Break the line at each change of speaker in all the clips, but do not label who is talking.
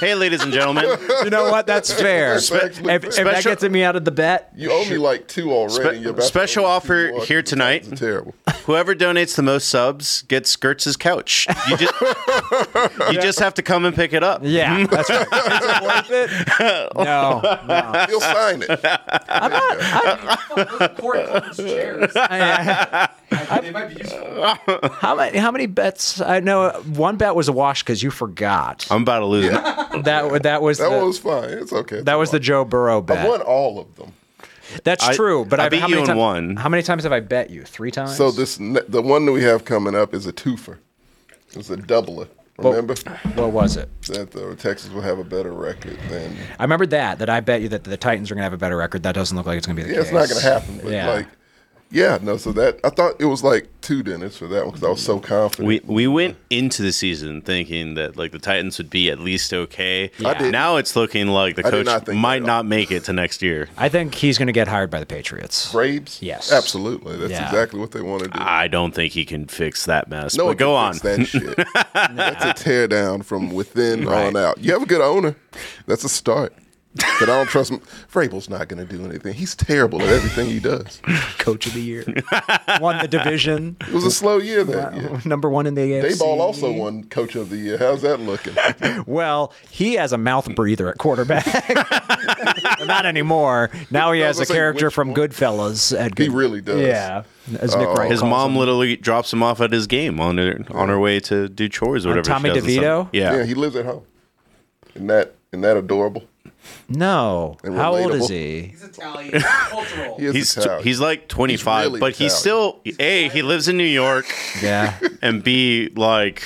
Hey, ladies and gentlemen.
You know what? That's fair.
Spe-
if, if that
special-
gets me out of the bet,
You owe me like two already.
Spe-
and you're about to
special
owe me
offer
two more.
here tonight.
It's terrible.
Whoever donates the most subs gets Gertz's couch. You just, you just have to come and pick it up.
yeah, that's right. Is it worth it? No, no.
He'll sign it.
I'm not. I'm, I-
They might be useful.
how many? How many bets? I know uh, one bet was a wash because you forgot.
Mm-hmm. I'm about to lose it.
that wa- that was
Oh. That
the,
one was fine. It's okay.
that was the Joe Burrow bet.
I won all of them.
That's
I-
true. But
I
I've-
beat
how many
you in
times-
one.
How many times have I bet you? Three times.
So this ne- the one that we have coming up is a twofer. It's a doubler. Remember
What was it?
that the Texas will have a better record than.
I remember that. That I bet you that the Titans are going to have a better record. That doesn't look like it's going to be the
Yeah, it's
case.
not going to happen. But
Yeah.
like, yeah, no. So that I thought it was like two dinners for that one because I was so confident.
We we went into the season thinking that like the Titans would be at least okay.
I did.
Now it's looking like the
I did
coach
not think that
might
at all.
not make it to next year.
I think he's going to get hired by the Patriots.
Braves.
Yes.
Absolutely. That's
Yeah.
exactly what they want to do.
I don't think he can fix that mess.
No,
but
one
go
can
on.
fix That shit. That's a teardown from within on out. You have a good owner. That's a start. But I don't trust him. Vrabel's not going to do anything. He's terrible at everything he does.
Coach of the year, won the division,
It was a slow year that year.
number one in the AFC.
Dayball also won Coach of the Year. How's that looking?
Well, he has a mouth breather at quarterback. not anymore. Now he
I
has
was
a
gonna say,
character
which
from
one?
Goodfellas. At
He
Good-
really does. Oh,
Yeah, as Nick Wright
His
calls
mom
him.
literally drops him off at his game on her on her way to do chores or whatever. she
Tommy
does in
DeVito?
summer. Yeah.
Yeah, he lives at home. Isn't that, isn't that adorable?
No,
And
how old
relatable.
is he?
He's Italian. Cultural.
He is
He's
Italian.
he's like 25,
really
but he's still A, he lives in New York
Yeah,
and B like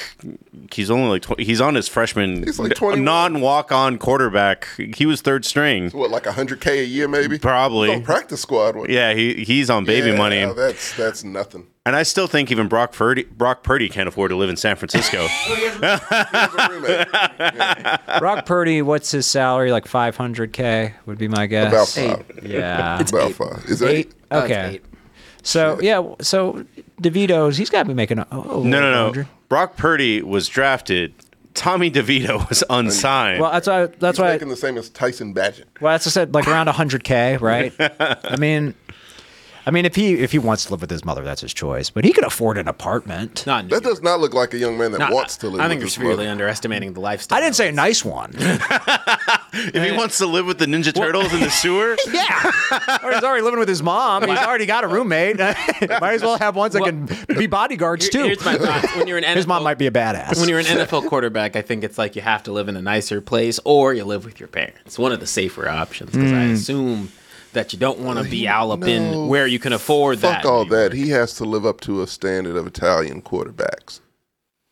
he's only like 20, he's on his freshman
He's like 21.
non-walk-on quarterback. He was third string.
what, like 100K a year maybe?
Probably.
He's on practice squad. wasn't he?
Yeah, he he's on baby
Yeah,
money.
That's, that's nothing.
And I still think even Brock Purdy, Brock Purdy can't afford to live in San Francisco.
He's a roommate.
Brock Purdy. What's his salary? Like five hundred k would be my guess.
About five.
Yeah.
About five. Is it eight?
Oh, it's
Okay.
eight.
So yeah, so DeVito's he's got to be making a, oh,
no, no, no.
100.
Brock Purdy was drafted. Tommy DeVito was unsigned.
Well, that's why that's
He's
why
making the same as Tyson Badgett.
well that's what I said like around 100k, right? I mean, I mean if he if he wants to live with his mother, that's his choice, but he could afford an apartment.
Not in New
That does not look like a young man that
York.
wants to live.
I
with
think you're
his
severely
mother.
underestimating the lifestyle.
I didn't say a nice one.
if he wants to live with the Ninja Turtles in the sewer,
yeah, or he's already living with his mom. He's already got a roommate. Might as well have ones that can be bodyguards
Here-
too.
Here's my thoughts. When you're an NFL,
his mom might be a badass.
When you're an NFL quarterback, I think it's like you have to live in a nicer place or you live with your parents. One of the safer options because
Hmm.
I assume that you don't want to be all up
No.
in where you can afford
Fuck
that.
all that. He has to live up to a standard of Italian quarterbacks.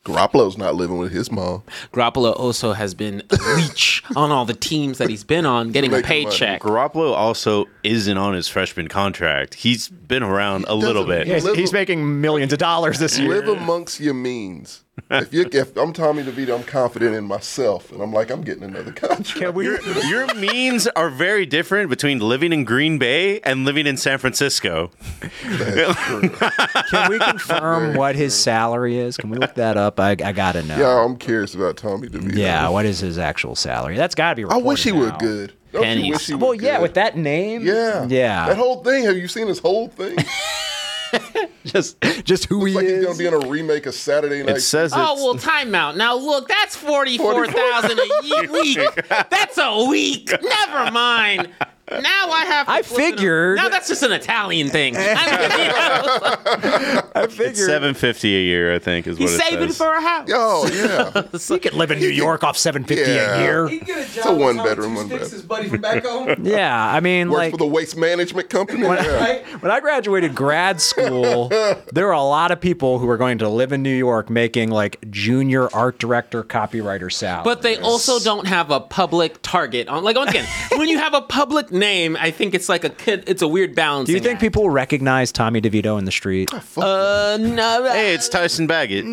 Garoppolo's not living with his mom.
Garoppolo also has been a leech on all the teams that he's been on, getting a
Making money.
paycheck.
Garoppolo also isn't on his freshman contract. He's been around a little
doesn't-
bit.
Yeah,
he's, he's making millions of dollars this year.
Live amongst your means. If, you, if I'm Tommy DeVito, I'm confident in myself, and I'm like, I'm getting another contract.
Can we?
Your means are very different between living in Green Bay and living in San Francisco.
Can we confirm what his salary is? Can we look that up? I, I gotta know.
Yeah, I'm curious about Tommy DeVito.
Yeah, what is his actual salary? That's gotta be.
I wish he
reported
were
now.
good. Don't you
Pennies.
wish he were
Well, yeah,
good?
with that name.
Yeah,
Yeah.
That whole thing. Have you seen his whole thing? It's
just just who he
like he's gonna
is.
be in a remake of Saturday Night.
It says it's,
Oh well, timeout. Now look, that's forty-four thousand a ye- week. That's a week. Never mind. Now I have. To
I
flip it up.
figured-
Now that's just an Italian thing. I mean,
I figured
it's seven fifty a year. I think is
he's
what it
saving
says.
for a house.
Oh yeah.
he could live in New York off seven fifty
Yeah.
a
He
year.
can get a job.
a
with
one
Tommy
bedroom,
Two
one
Sticks,
bath.
His buddy from back home.
Yeah, I mean,
Works
like
for the waste management company. Yeah.
Right?
when I graduated grad school, there were a lot of people who were going to live in New York making like junior art director, copywriter salary.
But they also don't have a public target on. Like once again, when you have a public name, I think it's like a kid. It's a weird balance.
do you think people recognize Tommy DeVito in
Oh,
the street?
Uh, no.
Hey, it's Tyson Baggett.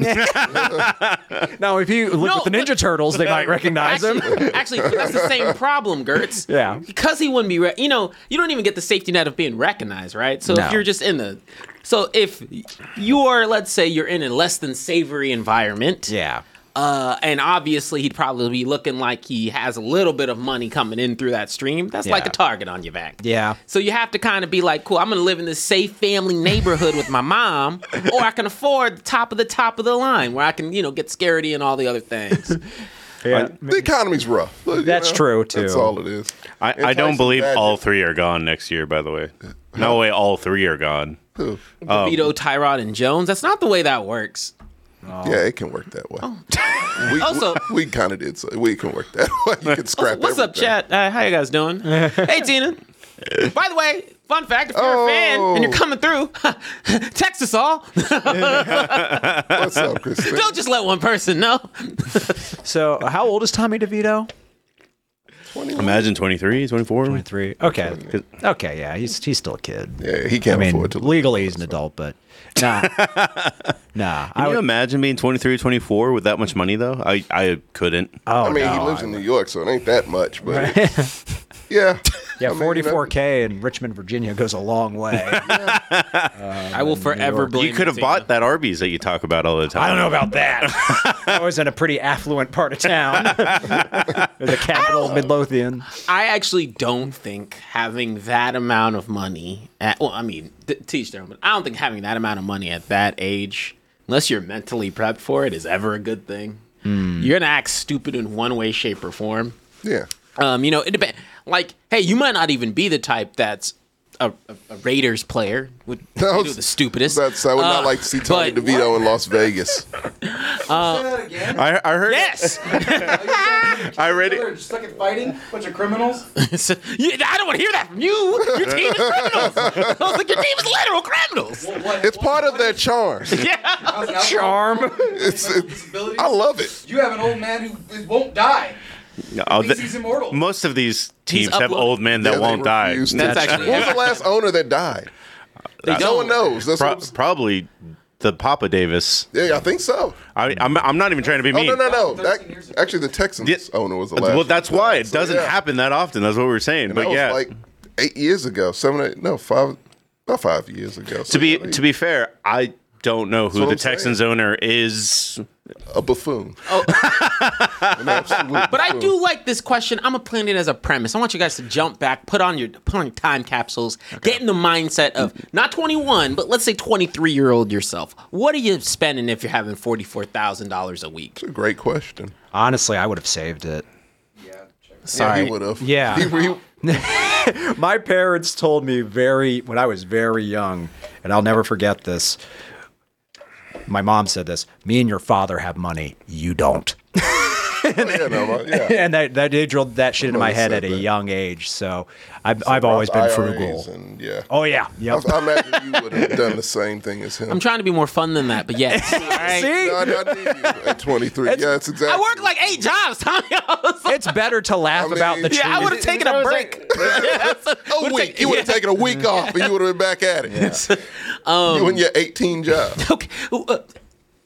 Now, if you look
No,
at the Ninja
but-
Turtles, they might recognize him.
Actually, actually, that's the same problem, Gertz.
Yeah.
Because he wouldn't be, re- you know, you don't even get the safety net of being recognized, right? So
No.
if you're just in the, so if you're, let's say, you're in a less than savory environment,
Yeah.
Uh, and obviously, he'd probably be looking like he has a little bit of money coming in through that stream. That's like
Yeah.
a target on your back.
Yeah.
So you have to kind of be like, cool, I'm going to live in this safe family neighborhood with my mom, or I can afford the top of the top of the line where I can, you know, get scaredy and all the other things.
Yeah.
The economy's rough. Look, you
That's true, too.
That's all it is.
I, I don't
Enticing
believe
magic.
all three are gone next year. By the way, no way, all three are gone.
Who?
Um,
Vito, Tyrod, and Jones. That's not the way that works.
Yeah, it can work that way. We,
Oh. Also-
we, kind of did so. We can work that way. You can scrap.
What's up,
everything.
chat? Uh, how you guys doing? hey, Tina. By the way, fun fact: if you're a fan and you're
Oh.
coming through, text us all.
What's up, Kristen?
Don't just let one person know.
So, how old is Tommy DeVito?
21?
Imagine 23, 24.
Three. Okay. Okay. Yeah. He's he's still a kid.
Yeah, he can't
I mean,
afford to.
legally he's an adult, but nah, nah. I
Can you
would,
imagine being 23, 24 with that much money though? I, I couldn't.
oh,
I mean,
no.
he lives in New York, so it ain't that much, but it's- yeah, I
yeah,
mean, you know,
forty-four k in Richmond, Virginia goes a long way.
I will forever blame.
You could have
Tina.
bought that Arby's that you talk about all the time.
I don't know about that. I was in a pretty affluent part of town, the capital of Midlothian.
I actually don't think having that amount of money. At, well, I mean, th- teach their own. But I don't think having that amount of money at that age, unless you're mentally prepped for it, is ever a good thing.
Hmm.
You're gonna act stupid in one way, shape, or form.
Yeah,
Um, you know, it depends. Like, hey, you might not even be the type that's a, a, a Raiders player. Would
That
do
was-
the stupidest.
that's. I would
Uh,
not like to see Tony
but-
DeVito in Las Vegas.
Say that again.
I, I heard.
Yes,
I read
They're
it.
stuck in fighting, bunch of criminals.
So, you- I don't want to hear that from you. Your team is criminals. I was like, your team is literal criminals.
What- what-
It's
what-
part of
what
their
is-
charm.
Yeah,
how's an alcohol-
Charm.
It's, it's,
disability?
I love it.
You have an old man who is- won't die.
Oh,
Thinks
the-
he's immortal.
most of these teams
He's
have
uploaded.
old men that
Yeah, they
won't die.
refuse to-
That's actually-
What was the last owner that died?
they
No one
don't.
knows. That's
Pro-
what I'm-
probably the Papa Davis.
yeah, I think so.
I, I'm, I'm not even trying to be
Oh
mean.
no, no, no.
13 years
That,
ago.
actually, the Texans
Yeah.
owner was the last.
Well,
one
that's
that
why
died.
it
So,
doesn't
yeah.
happen that often. That's what we were saying.
And
but
that was
yeah,
like eight years ago, seven, eight, no, five, not five years ago.
to be to be fair, I don't know who
what
the
I'm saying.
Texans owner is.
a buffoon.
Oh.
An absolute
But I
buffoon.
do like this question. I'm gonna plant it as a premise. I want you guys to jump back, put on your put on your time capsules, get in the mindset of not 21, but let's say 23 year old yourself. What are you spending if you're having forty four thousand dollars a week?
It's a great question.
Honestly, I would have saved it.
Yeah. check.
Sorry.
Yeah, he would have.
Yeah.
He, he,
My parents told me very when I was very young, and I'll never forget this. My mom said this: "Me and your father have money. You don't."
oh, yeah, no, my- yeah.
and that, that they drilled that shit into my
Mother
head at
said
a
that.
young age. So I've, I've always been
IRAs
frugal.
And, yeah.
Oh yeah,
I,
yep.
I imagine you would have done the same thing as him.
I'm trying to be more fun than that, but yes.
See,
No, no, I need you at 23. yeah, that's exactly.
I work like eight jobs, Tommy. I was like,
it's better to laugh
mean-
about the
Yeah,
yeah, I
truth.
would have taken a break. Yeah, that's a-
a
would've
week.
taken-
you would have
yeah.
taken a week off, and you would have been back at it. you
Um,
and your 18 job.
Okay. Uh,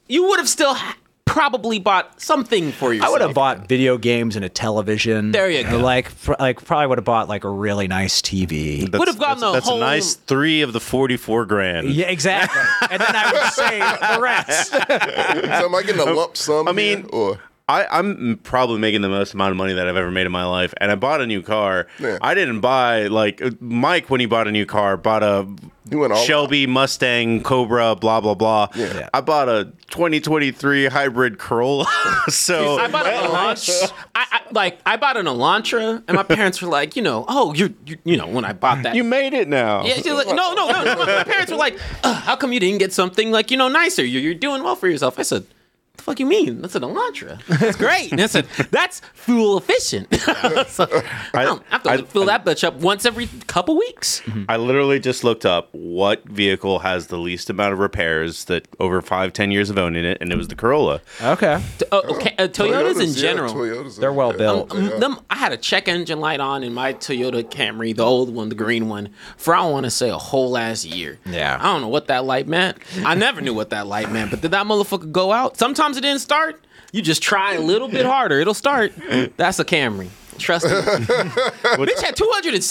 You would have still ha- probably bought something for yourself.
I would have bought video games and a television.
There you go.
Like, pr- like probably would have bought like a really nice TV.
That's-
Would've gotten
that's,
a
that's
whole-
a nice three of the forty-four grand.
yeah, exactly. and then I would save the rest.
So am I getting a lump sum?
I mean-
here, or
I, I'm probably making the most amount of money that I've ever made in my life, and I bought a new car.
Yeah.
I didn't buy like Mike when he bought a new car, bought a
You went all
Shelby Mustang Cobra, blah blah blah.
Yeah.
I bought a 2023 hybrid Corolla. so
I bought an Elantra. I, I like I bought an Elantra, and my parents were like, you know, oh, you're, you you know, when I bought that.
you made it now.
yeah, she's like, no, no, no. no. My parents were like, "Ugh, how come you didn't get something like you know nicer? You're, you're doing well for yourself. I said, the fuck you mean? That's an Elantra. That's great. And I said, that's fuel efficient. so, I, don't have to
I- Mm-hmm.
fill that bitch up once every couple weeks.
Mm-hmm.
I literally just looked up what vehicle has the least amount of repairs that over five, ten years of owning it, and it was the Corolla.
okay.
Uh, okay, uh, Toyotas, in
yeah,
general.
Toyotas are-
They're well
yeah.
built.
Um, them, I had a check engine light on in my Toyota Camry, the old one, the green one, for I want to say a whole last year.
Yeah.
I don't know what that light meant. I never knew what that light meant, but did that motherfucker go out? Sometimes it didn't start. You just try a little bit harder, it'll start. That's a Camry. Trust me. Bitch had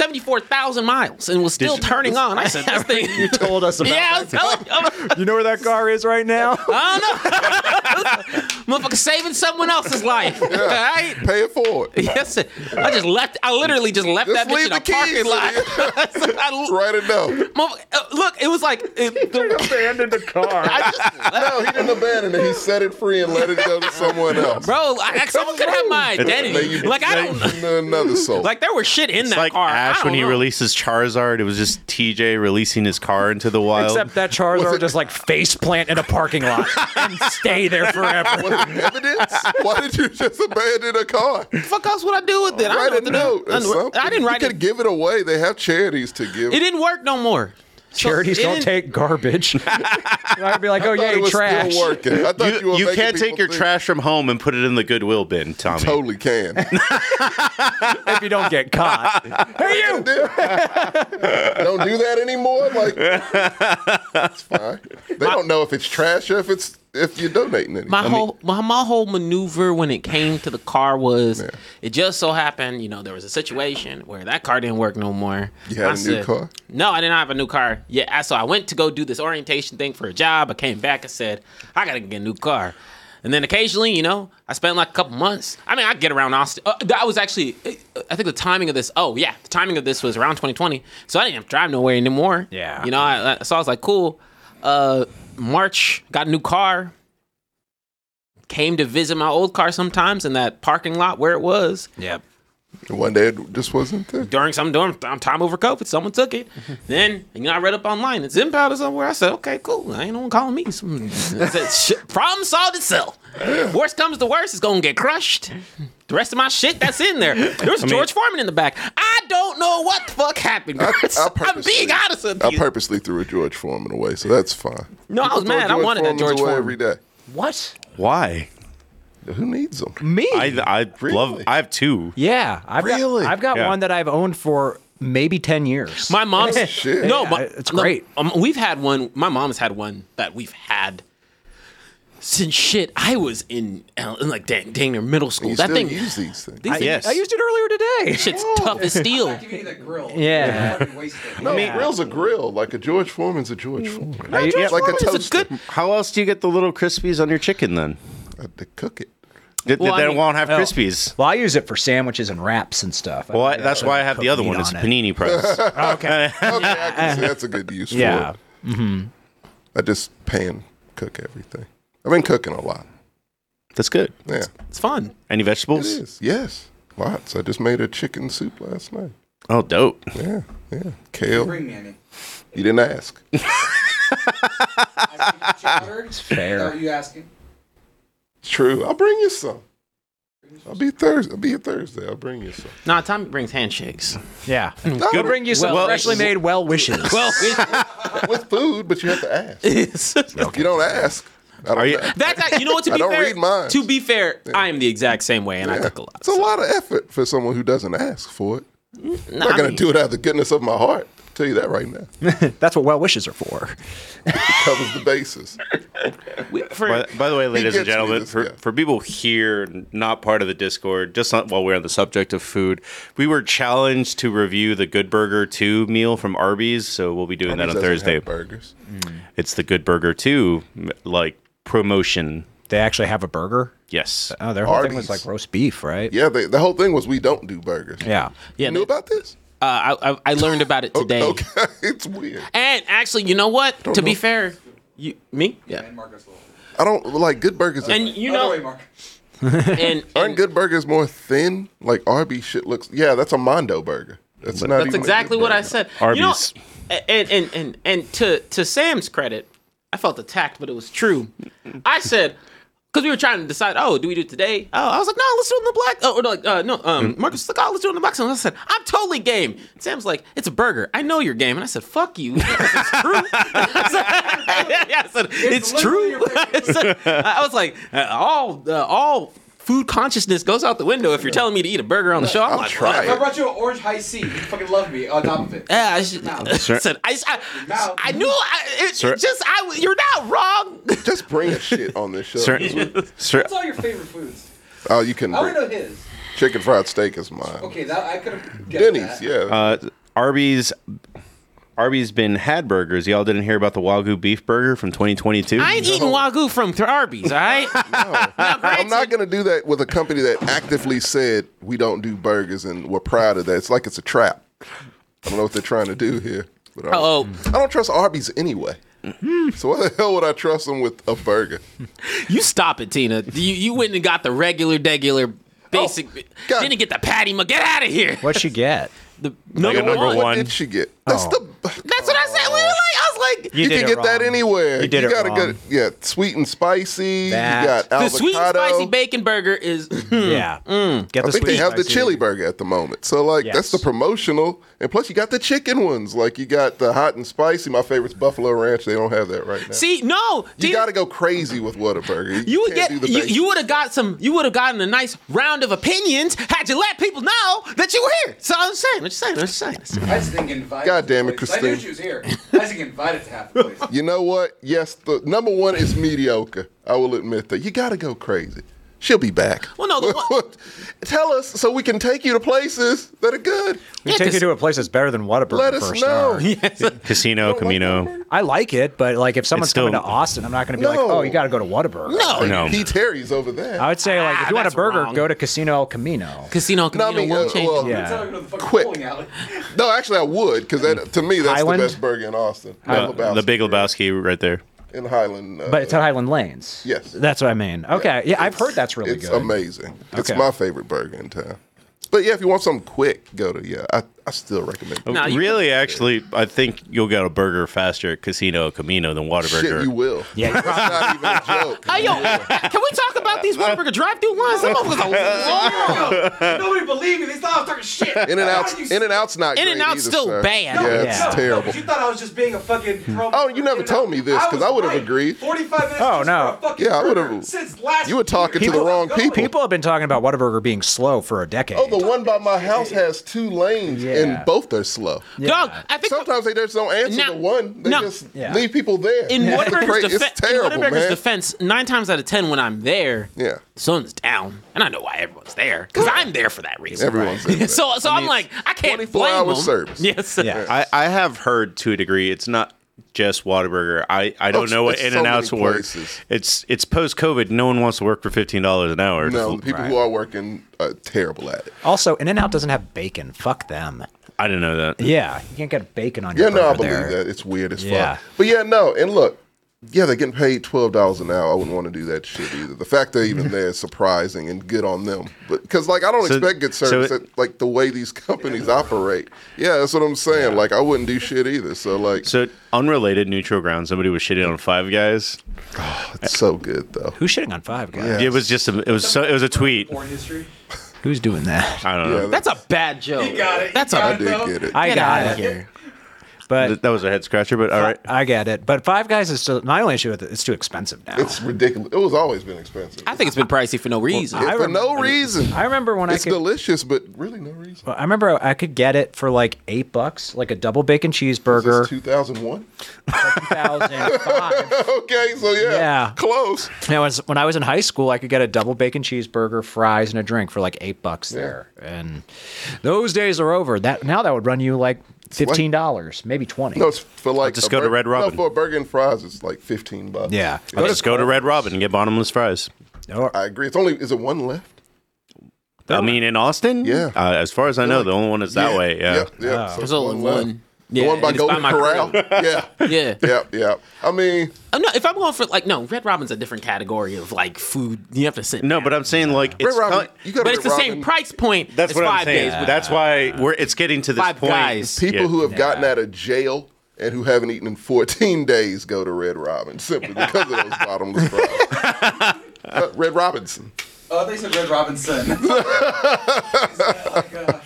274,000 miles and was still
you-
turning on. I said, this thing.
You told us about.
yeah, I was telling you. I'm-
You know where that car is right now?
I don't know. Motherfucker saving someone else's life. All right?
Pay it forward.
Yes, sir. I just left. I literally just left
Just
that bitch
leave
in
the
a parking
keys,
lot. I,
Right or no?
Motherfucker, uh, look, it was like it, the,
Abandoned the car.
I just,
No, he didn't abandon it. He set it free and let it go to someone else.
bro. Like someone could have my identity. Like I don't.
Into another soul.
Like there was shit in
It's
that
like
car. I
Ash
don't
when he
know.
releases Charizard. It was just TJ releasing his car into the wild.
Except that Charizard just like face plant in a parking lot and stay there forever.
Was it evidence? Why did you just abandon a car?
fuck else would I do with it? I
Write a
don't know
note
what to do.
or
I don't-
something.
I didn't write
You
it.
could give it away. They have charities to give.
It didn't work no more. So,
Charities
it
don't
didn't-
take garbage. I'd be like, oh
I thought
yeah,
it was
trash.
still working. I thought you,
you,
were
you
making
can't take
people
your
think-
trash from home and put it in the Goodwill bin, Tommy.
Totally can.
If you don't get caught, hey you.
don't do that anymore. Like it's fine. They don't know if it's trash or if it's if you're donating it.
My whole my, my whole maneuver when it came to the car was it just so happened, you know, there was a situation where that car didn't work no more.
You had
I
a new car?
No, I didn't have a new car. Yeah, I- so I went to go do this orientation thing for a job. I came back and said, I gotta get a new car. And then occasionally, you know, I spent like a couple months. I mean, I get around Austin. Uh, that was actually, I think the timing of this. Oh yeah, the timing of this was around 2020. So I didn't have to drive nowhere anymore.
Yeah.
You know, I, I- so I was like, cool. Uh, March got a new car came to visit my old car sometimes in that parking lot where it was
Yep.
one day it just wasn't there.
during some during th- time over COVID. Someone took it. then you know I read up online it's impounded somewhere. I said okay cool. Ain't no one calling me. Some, I said, "Shit, problem solved itself. Worst comes to worst, it's gonna get crushed. The rest of my shit that's in there. There was George Foreman in the back. I don't know what the fuck happened.
I- I
Chris. I'm
purposely-
being honest with
I
you.
purposely threw a George Foreman away, so that's fine.
no, I was
Throw
mad. I wanted that
Foremans
George
away
Foreman.
every day.
What?
Why?
Who needs them?
Me?
I I love.
Really?
I have two.
yeah. I've
Really?
Got, I've got
Yeah.
one that I've owned for maybe ten years.
My mom's
shit.
no,
Yeah,
my-
it's
no,
great.
um, we've had one. My mom's had one that we've had since shit. I was in, uh, in like dang, dang near middle school.
You
that
still
thing,
use these things.
these
I-
things-
yes.
I used it earlier today.
shit's tough as steel.
Give me the grill.
Yeah.
Fucking wasted.
no, a grill's a grill. Like a George Foreman's a George Foreman.
George
It's like a
Foreman's a
toaster.
good-
How else do you get the little crispies on your chicken then?
I had Uh, to cook it.
Th-
Well, I
then it
mean-
won't have
Well-
crispies.
Well, I use it for sandwiches and wraps and stuff.
Well, I, that's why I have the other
uh, meat
one. It's
on
a
it. Oh,
panini press.
okay.
Okay, I can see that's a good use for
yeah.
it. Mm-hmm. I just pan cook everything. I've been cooking a lot.
That's good.
Yeah,
It's fun.
Any
it
vegetables?
is. Yes, lots. I just made a chicken soup last night.
Oh, dope.
Yeah, yeah. Kale.
Bring me any.
You didn't ask.
I think chowder. Is that
Fair.
what you asking?
It's true. I'll bring you some. I'll be Thursday. I'll be a Thursday. I'll bring you some.
Nah, Tommy brings handshakes.
Yeah.
I'll
We'll bring you some
Well-
freshly made well wishes.
Well, it
with food, but you have to ask.
is.
If you don't ask, I don't
Are you-
know.
That's not- you know what. To
I
be
don't
fair,
read mine.
to be fair, I am the exact same way, and I cook a lot.
It's a lot of effort for someone who doesn't ask for it. I'm not gonna do it out of the goodness of my heart. tell you that right now. It
That's what well wishes are for.
covers the bases.
We- for-
By, by the way, ladies
gets
and
me
gentlemen,
this
for,
guy.
for people here not part of the Discord, just not while we're on the subject of food, we were challenged to review the Good Burger 2 meal from Arby's, so we'll be doing that on
Doesn't have
Thursday.
burgers.
It's the Good Burger 2 m- like promotion.
They actually have a burger.
Yes.
Oh, their whole thing was
Arby's.
like roast beef, right?
Yeah, they, the whole thing was we don't do burgers.
Yeah.
yeah,
You knew about this?
uh, I, I I learned about it today.
Okay, it's weird.
And actually, you know what? to be
know.
fair, you me yeah.
And Marcus Lowell.
I don't like good burgers.
And
And
you
Other
know,
way, Mark.
and,
aren't
and
good burgers more thin? Like Arby's shit looks. Yeah, that's a Mondo burger. That's not.
that's exactly what I said.
Arby's.
You know, and and and and to to Sam's credit, I felt attacked, but it was true. I said. Because we were trying to decide, oh, do we do it today? Oh, I was like, no, let's do it in the black. Oh, or like, uh, no, um, Marcus was like, oh, let's do it in the box. And I said, I'm totally game. Sam's like, it's a burger. I know you're game. And I said, fuck you. It's true. yeah, I said, it's, true.
literally your
I, said- I was like, uh, all uh, all food consciousness goes out the window if you're telling me to eat a burger on the show. I'm like,
try
I
it.
brought you an orange high C. You fucking love me on top of it.
Eh.
Yeah, I should.
Now.
said, I, I,
Now.
I knew. I, it,
Sir.
just I. w- You're not wrong.
Just bring a shit on this show.
Cer- cer-
What's all your favorite foods?
oh, you couldn't.
I
Bring,
want to know his.
Chicken fried steak is mine.
Okay, that I could have.
Denny's, yeah.
Uh, Arby's. Arby's been had burgers. Y'all didn't hear about the Wagyu beef burger from 2022.
I ain't eating wagyu from to Arby's, all right?
I'm not going to do that with a company that actively said we don't do burgers and we're proud of that. It's like it's a trap. I don't know what they're trying to do here. But I
Uh-oh.
don't, I don't trust Arby's anyway.
Mm-hmm.
So why the hell would I trust them with a burger?
You stop it, Tina. You you went and got the regular, degular, basic.
Oh, God.
didn't get the patty. mu- Get out of here.
What'd you get?
The
Like a
number,
number
one. Oh.
What
one.
did she get? That's the.
That's what I said. We were like, I was like,
You,
did
can
it
get that
wrong.
anywhere.
You did it
gotta
wrong.
get yeah, sweet and spicy.
That.
You got
the
avocado.
sweet and spicy bacon burger is.
Yeah. Get the
I think
sweet
they have the
spicy.
chili burger at the moment. So like that's
Yes.
the promotional, and plus you got the chicken ones. Like you got the hot and spicy. My favorite's buffalo ranch. They don't have that right now.
See, no,
you
Tina-
got to go crazy with Whataburger.
You would
can't
get
do the
you,
basic.
you would have got some you would have gotten a nice round of opinions had you let people know that you were here. So I'm saying, I'm just saying, I'm just saying. I'm saying.
I was thinking invited.
God
to
damn
the
it,
place. I knew
Christine.
she was here. I was thinking invited to half the place.
You know what? Yes, the number one is mediocre. I will admit that. You got to go crazy. She'll be back.
Well, no, the one-
Tell us so we can take you to places that are good.
We
Yeah,
take you
'cause-
to a place that's better than Whataburger
Let
for
us
a
know.
star.
Casino, Camino.
I like it, but like if someone's
still-
coming to Austin, I'm not going to be like,
No.
oh, you got to go to Whataburger.
No,
No.
He Terry's over there.
I would say like
Ah,
if you want a
that's
burger,
wrong.
go to Casino El Camino.
casino,
No,
casino
I mean,
won't
uh,
change.
well,
Yeah.
Tell her to go to the fucking
Quit.
bowling alley.
no, actually, I would because that to me that's
Highland?
the best burger in Austin.
Uh, the Big Lebowski right there.
in Highland. Uh,
But it's at Highland Lanes.
Yes.
That's what I mean. Okay. Yeah, I've heard that's really
it's
good.
amazing. It's
Okay.
my favorite burger in town. But yeah, if you want something quick, go to yeah. I, I still recommend.
No, you-
really, actually, I think you'll get a burger faster at Casino Camino than
Shit,
Whataburger.
you will.
Yeah, you
That's not even a joke.
Hey, yo, can we talk about these Whataburger drive-through lines? Some of us are long.
Yo, Nobody believed me. They thought I was talking shit.
In and
How
out's
do you-
In and out's not. great
In-N-Out's
either,
still
sir.
bad.
Yeah,
No,
it's
no, no,
terrible.
but You thought I was just being a fucking pro.
Oh, you never told me this, 'cause I
was
would've
right.
agreed.
Forty-five minutes.
Oh,
just
no.
for a fucking
Yeah, I would've-
burger Since last.
You were talking
year.
to the wrong
Going.
people.
People have been talking about Whataburger being slow for a decade.
Oh, the one by my house has two lanes,
Yeah.
and both are slow.
Dog, I think
Sometimes they just don't answer
Now-
the one. They
no.
just
Yeah.
leave people there.
in
It's the cra-
Whataburger's,
it's
defe- in
terrible,
Whataburger's
man.
defense, nine times out of ten when I'm there,
Yeah.
sun's down, and I know why everyone's there because I'm there for that reason.
Everyone's in there.
So, so I am like, I can't
24
blame
hour
them.
service.
Yes, sir.
Yeah.
I, I have heard to a degree it's not just Whataburger. I, I don't
Oh,
know what
it's so
In and Out's
many
work.
places.
It's it's post COVID. No one wants to work for fifteen dollars an hour.
no, the people who are working are terrible at it.
Also, In and Out doesn't have bacon. Fuck them.
I didn't know that.
Yeah. You can't get bacon on
Yeah,
your
no, I
burger
believe
there.
that. It's weird as
Yeah.
fuck. But yeah, no, and look, yeah, they're getting paid twelve dollars an hour. I wouldn't want to do that shit either. The fact they're even there is surprising and good on them. But because like I don't
So-
expect good
so
service
it-
at, like the way these companies operate. Yeah, that's what I'm saying. Like I wouldn't do shit either. So like
So unrelated, neutral ground. Somebody was shitting on Five Guys.
it's so good though.
Who's shitting on Five Guys?
Yeah.
It was just a it was so it was a tweet.
Porn history.
Who's doing that?
I don't know.
That's a bad joke.
You got it. You
That's
got
a
I did
No.
get it.
I
Get
got
outta
it.
here.
But
That was a head scratcher, but all right.
I get it. But Five Guys is still my only issue with it. It's too expensive now.
it's ridiculous. It was always been expensive.
I think it's been pricey for no reason.
And for no reason.
I remember when
it's
I could.
delicious, but really no reason.
I remember I could get it for like eight bucks, like a double bacon cheeseburger.
Two thousand one.
2005.
Okay, so yeah,
Yeah.
close.
Now, as- when I was in high school, I could get a double bacon cheeseburger, fries, and a drink for like eight bucks there. And those days are over. That now that would run you like fifteen dollars, maybe twenty.
No, it's for like
just
a
go to
burger-
Red Robin.
No, for a burger and fries, it's like fifteen bucks.
Yeah.
I'll just go to Red Robin and get bottomless fries.
Or-
I agree. It's only is it one left?
I mean, in Austin,
Yeah.
Uh, as far as I know, the only one is that way. Yeah. Oh.
yeah. yeah. So
There's
it's
only
left.
one.
The
Yeah,
one by
and it's by
Golden
my
Corral. yeah.
Yeah.
Yeah, yeah. I mean,
Oh, no, if I'm going for like no, Red Robin's a different category of like food. You have to sit.
No,
down.
but I'm saying like it's
Red Robin.
co-
You go to
But
Red
it's the same
Robin,
price point.
that's
as
what
five
I'm saying.
Days with
that's why we're it's getting to this
five
point.
guys.
People
Yeah.
who have gotten out of jail and who haven't eaten in 14 days go to Red Robin simply because of those bottomless fries. Uh, Red Robinson.
Oh, they said Red Robinson. uh,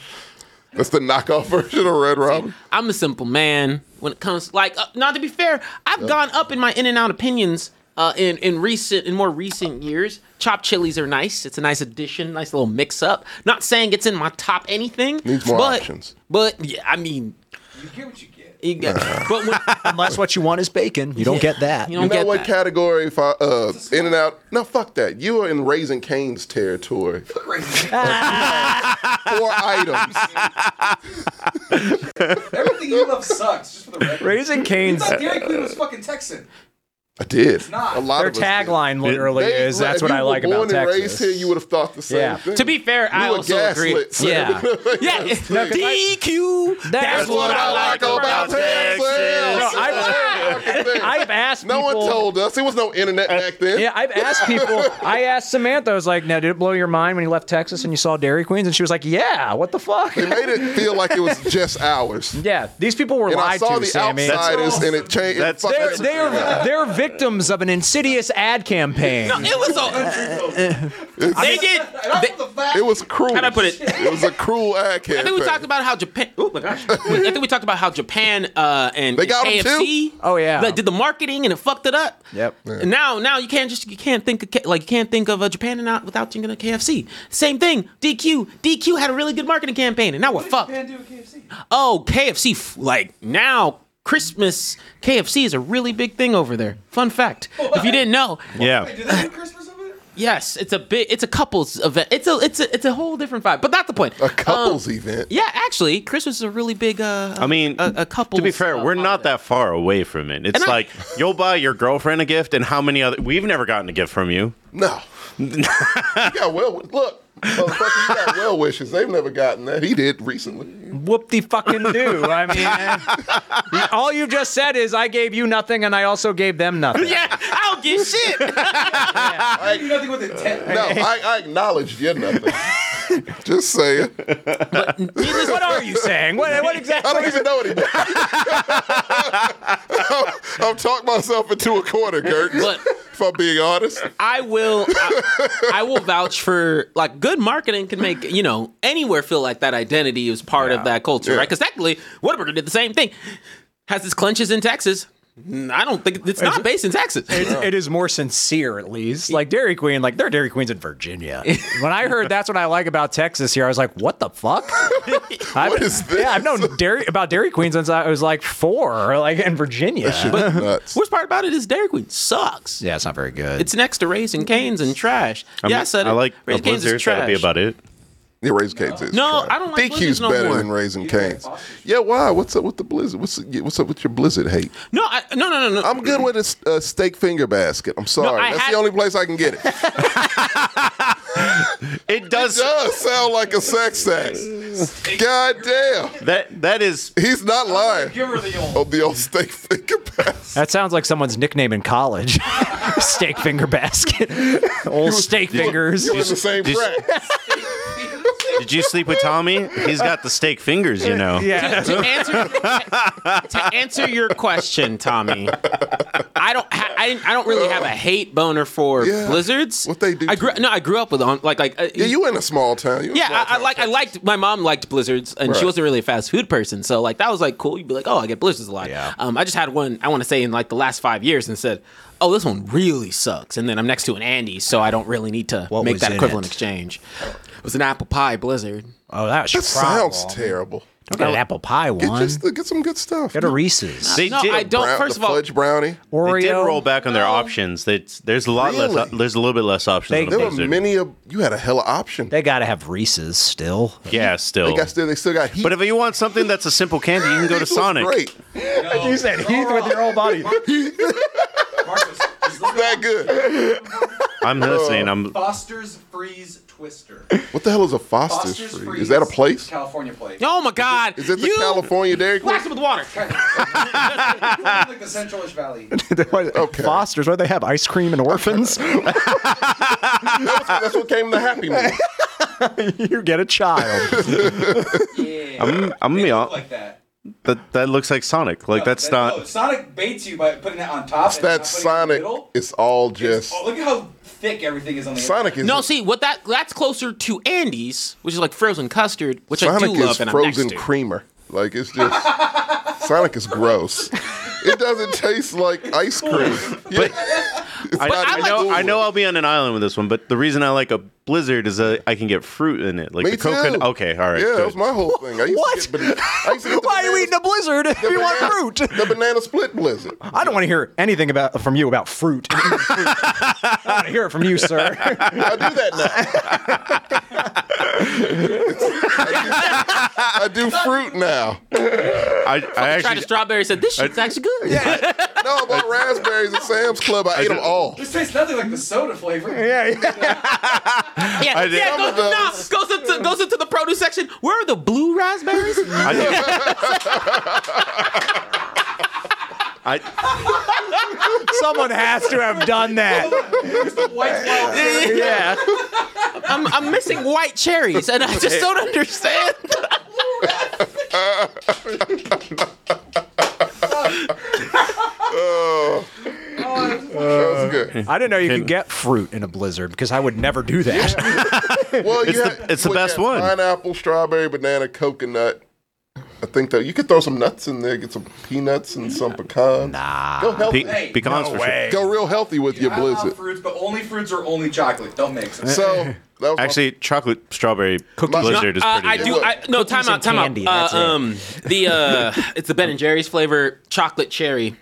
That's the knockoff version of Red Robin.
I'm a simple man when it comes like uh, now to be fair, I've gone up in my in and out opinions uh, in in recent in more recent years. Chopped chilies are nice. It's a nice addition, nice little mix up. Not saying it's in my top anything.
Needs more
but,
options.
But yeah, I mean,
you get what you get.
You get- but when,
Unless what you want is bacon, you don't get that.
you
You
don't
know
get
what
that.
category? If I, uh, in and out. No, fuck that. You are in Raising Cane's territory. Four items.
Everything you love sucks. Just for the record.
Raising
You
Cane's.
thought Dairy Queen was fucking Texan.
I did.
not.
A lot
Their
of us did.
tagline literally
They-
is
look,
that's
if
what
you
I
were
like about
born and
Texas.
raised here, you would have thought the same
Yeah.
thing.
to be fair, I
You were
also agree.
gaslit, so-
Yeah.
Yeah, DQ. That's,
That's
what I like about Texas.
No, I-
I've,
I've asked
No
people, Uh,
one told us. There was no internet back then.
Yeah, I've asked people. I asked Samantha. I was like, "Now, did it blow your mind when you left Texas and you saw Dairy Queens?" And she was like, "Yeah, what the fuck?"
They made it feel like it was just ours.
Yeah, these people were
And I
lied
saw
to,
the
Sammy.
outsiders, and it changed.
That's-
it fucked
That's-
They're,
everything
they're,
up.
they're victims of an insidious ad campaign.
No, it was a. They did.
And I
They,
love the fact.
It was cruel.
How'd I put it?
It was a cruel ad campaign.
I think we talked about how Japan. Oh my gosh! I think we talked about how Japan uh, and
They got 'em too?
KFC.
Oh, yeah.
like, did the marketing and it fucked it up.
Yep.
And Now, now you can't just you can't think of, K- like you can't think of uh, Japan and not without thinking of KFC. Same thing. DQ DQ had a really good marketing campaign, and now we're
What
fucked.
did Japan do at KFC?
Oh, KFC f- like now. Christmas KFC is a really big thing over there. Fun fact, if you didn't know,
Wait,
Yeah.
do they do Christmas over there?
yes, it's a big, it's a couples event. It's a, it's a, it's a whole different vibe. But that's the point. Um,
a couples event.
Yeah, actually, Christmas is a really big. Uh,
I mean,
a, uh, a couple.
to be fair, we're not that far away from it. It's
And I-
like you'll buy your girlfriend a gift, and how many other? We've never gotten a gift from you.
No. you got well. Look, motherfucker, you got well wishes. They've never gotten that. He did recently.
Whoop the fucking do. I mean, eh, all you just said is I gave you nothing and I also gave them nothing.
Yeah, I don't give shit.
I do nothing with intent.
No, I, I acknowledged you nothing. Just saying.
What are you saying? What, what
I
exactly?
don't even know anymore. I've talked myself into a corner, Gert.
But-
if I'm being honest,
I will. I, I will vouch for like good marketing can make you know anywhere feel like that identity is part of that culture,
Yeah.
right? Because technically, Whataburger did the same thing. Has its clenches in Texas. Mm, I don't think it's not based in Texas.
It is more sincere, at least. Like Dairy Queen, like they're Dairy Queens in Virginia. When I heard that's what I like about Texas here, I was like, what the fuck? I've,
What is this?
Yeah, I've known dairy about Dairy Queen since I was like four, like in Virginia.
nuts.
Worst part about it is Dairy Queen sucks.
Yeah, it's not very good.
It's next to Raising Canes and trash. yeah, I said it.
I like a
Raising Cane's is
blizzard. That'd be
trash.
about it.
Yeah, raising canes is.
No,
trash.
I don't like
DQ's
Blizzards no
better
more.
than raising canes. Yeah, why? What's up with the blizzard? What's what's up with your blizzard hate?
No, I, no, no, no, no.
I'm good with a s- a, steak finger basket. I'm sorry,
I
that's
had-
the only place I can get it. it
It does.
does sound like a sex sack. God damn,
That that is.
he's not lying.
Give her the old.
Oh, the old steak finger basket.
That sounds like someone's nickname in college. steak finger basket. Old steak fingers.
You were in the same
Just-
frat.
Did you sleep with Tommy? He's got the steak fingers, you know.
Yeah.
to answer to answer your question, Tommy, I don't ha- I, didn't, I don't really have a hate boner for
Yeah.
blizzards.
What they do
I
to
grew
you.
no, I grew up with on like like uh,
Yeah, you in a small town. You in a
yeah,
small
I, I
town.
like I liked my mom liked blizzards, and she
Right.
wasn't really a fast food person, so like that was like cool. You'd be like, oh, I get blizzards a lot.
Yeah.
Um, I just had one. I want to say in like the last five years, and said, oh, this one really sucks. And then I'm next to an Andy, so I don't really need to
What
make
was
that
in
equivalent
it?
exchange. It was an apple pie blizzard.
Oh, that
That sounds
terrible.
terrible.
Don't get an apple pie
Get,
one.
just, uh, get some good stuff.
Get a Reese's.
They
no,
did.
I don't.
Brown-
first
the
of all,
fudge brownie.
They
Oreo.
did roll back on their options. They, there's a lot less.
Really?
There's a little bit less options.
They-
on the
There were
blizzard.
many of you had a hella option. They
They gotta have Reese's still.
Yeah, still.
got still. They still got heat.
But if you want something that's a simple candy, you can go to
Heat was
Sonic.
Great.
You said Heath with your whole body.
Marcus, just look at
That good.
I'm
Oh.
listening. I'm.
Foster's Freeze Twister.
What the hell is a Foster's,
Foster's
Free?
Freeze.
Is that a place?
California place.
oh my god,
Is it the
you
California Dairy Queen?
blast it with water.
like the Centralish Valley.
Okay.
Foster's, what do they have? Ice cream and orphans?
That's what came to Happy Meal.
you get a child.
I'm. I'm gonna
They
be
look
hon-
like that.
That that looks like Sonic. Like that's
no,
not.
Sonic baits you by putting that on top.
That
and not putting it in the
Sonic
middle.
It's all just
Oh, look at how thick everything is on the
Sonic is
No, see what that that's closer to Andy's, which is like frozen custard, which I
Sonic
do love.
is
And I'm
frozen
next to.
creamer. Like it's just Sonic is gross. It doesn't taste like ice cream. Yeah,
But
not
I
I
even
know,
cool.
I know I'll be on an island with this one, but the reason I like a blizzard is that I can get fruit in it, like
Me
the coconut.
too.
Okay, all right.
Yeah, that
good.
was my whole thing. I used
What?
To get, bana- I used to get the
Why are you
bananas-
eating a blizzard if you want fruit?
banana- The banana split blizzard.
I don't want to hear anything about from you about fruit. I want to hear it from you, sir.
I do that now. I do fruit now.
I, I
tried a
actually,
strawberry. Said this shit's actually good. Yeah.
No, I bought raspberries at Sam's Club. I, ate them
do-
all.
This tastes nothing like the soda flavor.
Yeah,
did-
yeah
Some
goes,
of
no,
those.
goes into goes into the produce section. Where are the blue raspberries?
I I,
Someone has to have done that.
It's the white wild
yeah, I'm I'm missing white cherries, and I just don't understand.
Uh,
That was good.
I didn't know you could get fruit in a blizzard because I would never do that.
Well, you
the-
had-
it's the
what you
best
had?
one.
Pineapple, strawberry, banana, coconut. I think that you could throw some nuts in there, get some peanuts and some pecans. Nah. Go healthy.
pe- pecans for sure.
Go real healthy with your
I love
blizzard.
fruits, but only fruits are only chocolate. Don't mix them.
So that was my-
Actually, chocolate strawberry blizzard is
Uh,
pretty.
I
good.
do. I, no, time out.
and
Time
candy,
out.
that's
Uh,
it.
um, the uh, it's the Ben and Jerry's flavor chocolate cherry.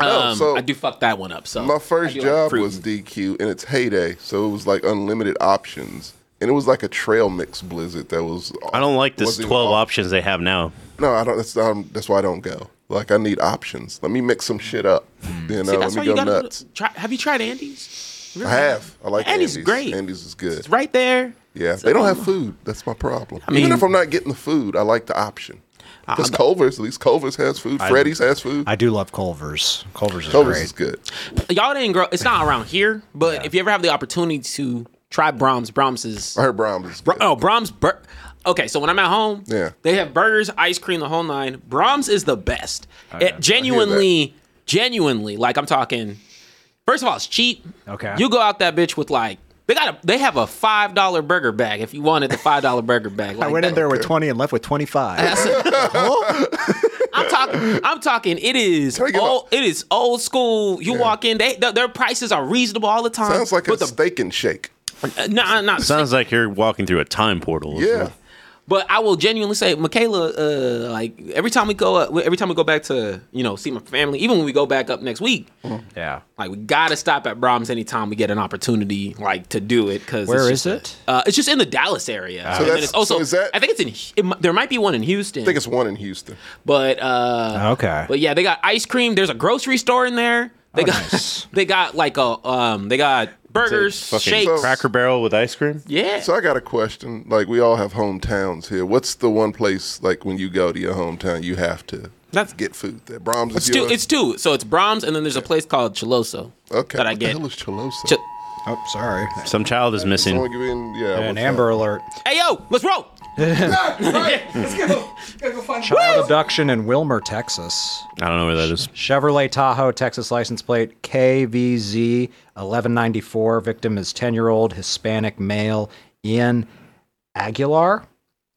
Um,
Oh, so-
I do fuck that one up. So
my first
I do like
job
fruit.
was DQ in its heyday, so it was like unlimited options, and it was like a trail mix blizzard that was.
I don't like this
wasn't even
twelve
off-
options they have now.
No, I don't. That's um, that's why I don't go. Like I need options. Let me mix some shit up. You know,
Hmm. See,
let
that's why
me
you
go
gotta.
nuts.
Try, have you tried Andy's?
I have. I like
Andy's
Andy's.
great.
Andy's is good.
Right there.
Yeah, they don't have food. That's my problem.
mean-
Even if I'm not getting the food, I like the option. Because Culver's, at least Culver's has food. Freddy's has food.
I do love Culver's. Culver's is
Culver's
great.
is good.
Y'all didn't grow. It's not around here, but if you ever have the opportunity to try Brahms, Brahms is
I heard Brahms is
Br-
good.
oh Brahms. Bur- okay, so when I'm at home,
Yeah.
they have burgers, ice cream, the whole nine. Brahms is the best. It genuinely, genuinely, like I'm talking. First of all, it's cheap.
Okay.
you go out that bitch with like they got a they have a five dollar burger bag if you wanted the five dollar burger bag. Like
I went in
that-
there with 20 and left with 25.
I'm talking. I'm talking. It is
I get
old. It is old school. You walk in. They their- their prices are reasonable all the time.
Sounds like a
but the,
steak and shake.
nah, nah,
Sounds like you're walking through a time portal.
Yeah.
But I will genuinely say, Michaela, uh, like every time we go, up, every time we go back to you know see my family, even when we go back up next week,
Yeah.
like we gotta stop at Brahms anytime we get an opportunity, like to do it. Cause
Where
it's
is
just-
it?
Uh, it's just in the Dallas area. and then
that's-
it's also,
Ah. so is that-
I think it's in. Hu- It, mi- there might be one in Houston,
I think it's one in Houston.
but uh,
Okay.
but yeah, they got ice cream. There's a grocery store in there. They
Oh,
got
nice.
they got like a um they got burgers,
Fucking
shakes,
Cracker Barrel with ice cream.
yeah.
So I got a question. Like, we all have hometowns here. What's the one place, like, when you go to your hometown, you have to
That's-
get food there? Brahms
it's
is
two.
yours?
It's two. So it's Brahms, and then there's a place called Chiloso.
Okay.
That I
what
get.
the hell is Cholosa?
Ch-
Oh, sorry.
Some child is missing.
Someone give me an- yeah,
An
what's
Amber Alert.
Hey yo, let's roll.
Ah, all right, let's go. Gotta go find
Child
Woo!
abduction in Wilmer, Texas.
I don't know where that is.
Chevrolet Tahoe, Texas license plate KVZ 1194. Victim is 10 year old Hispanic male Ian Aguilar,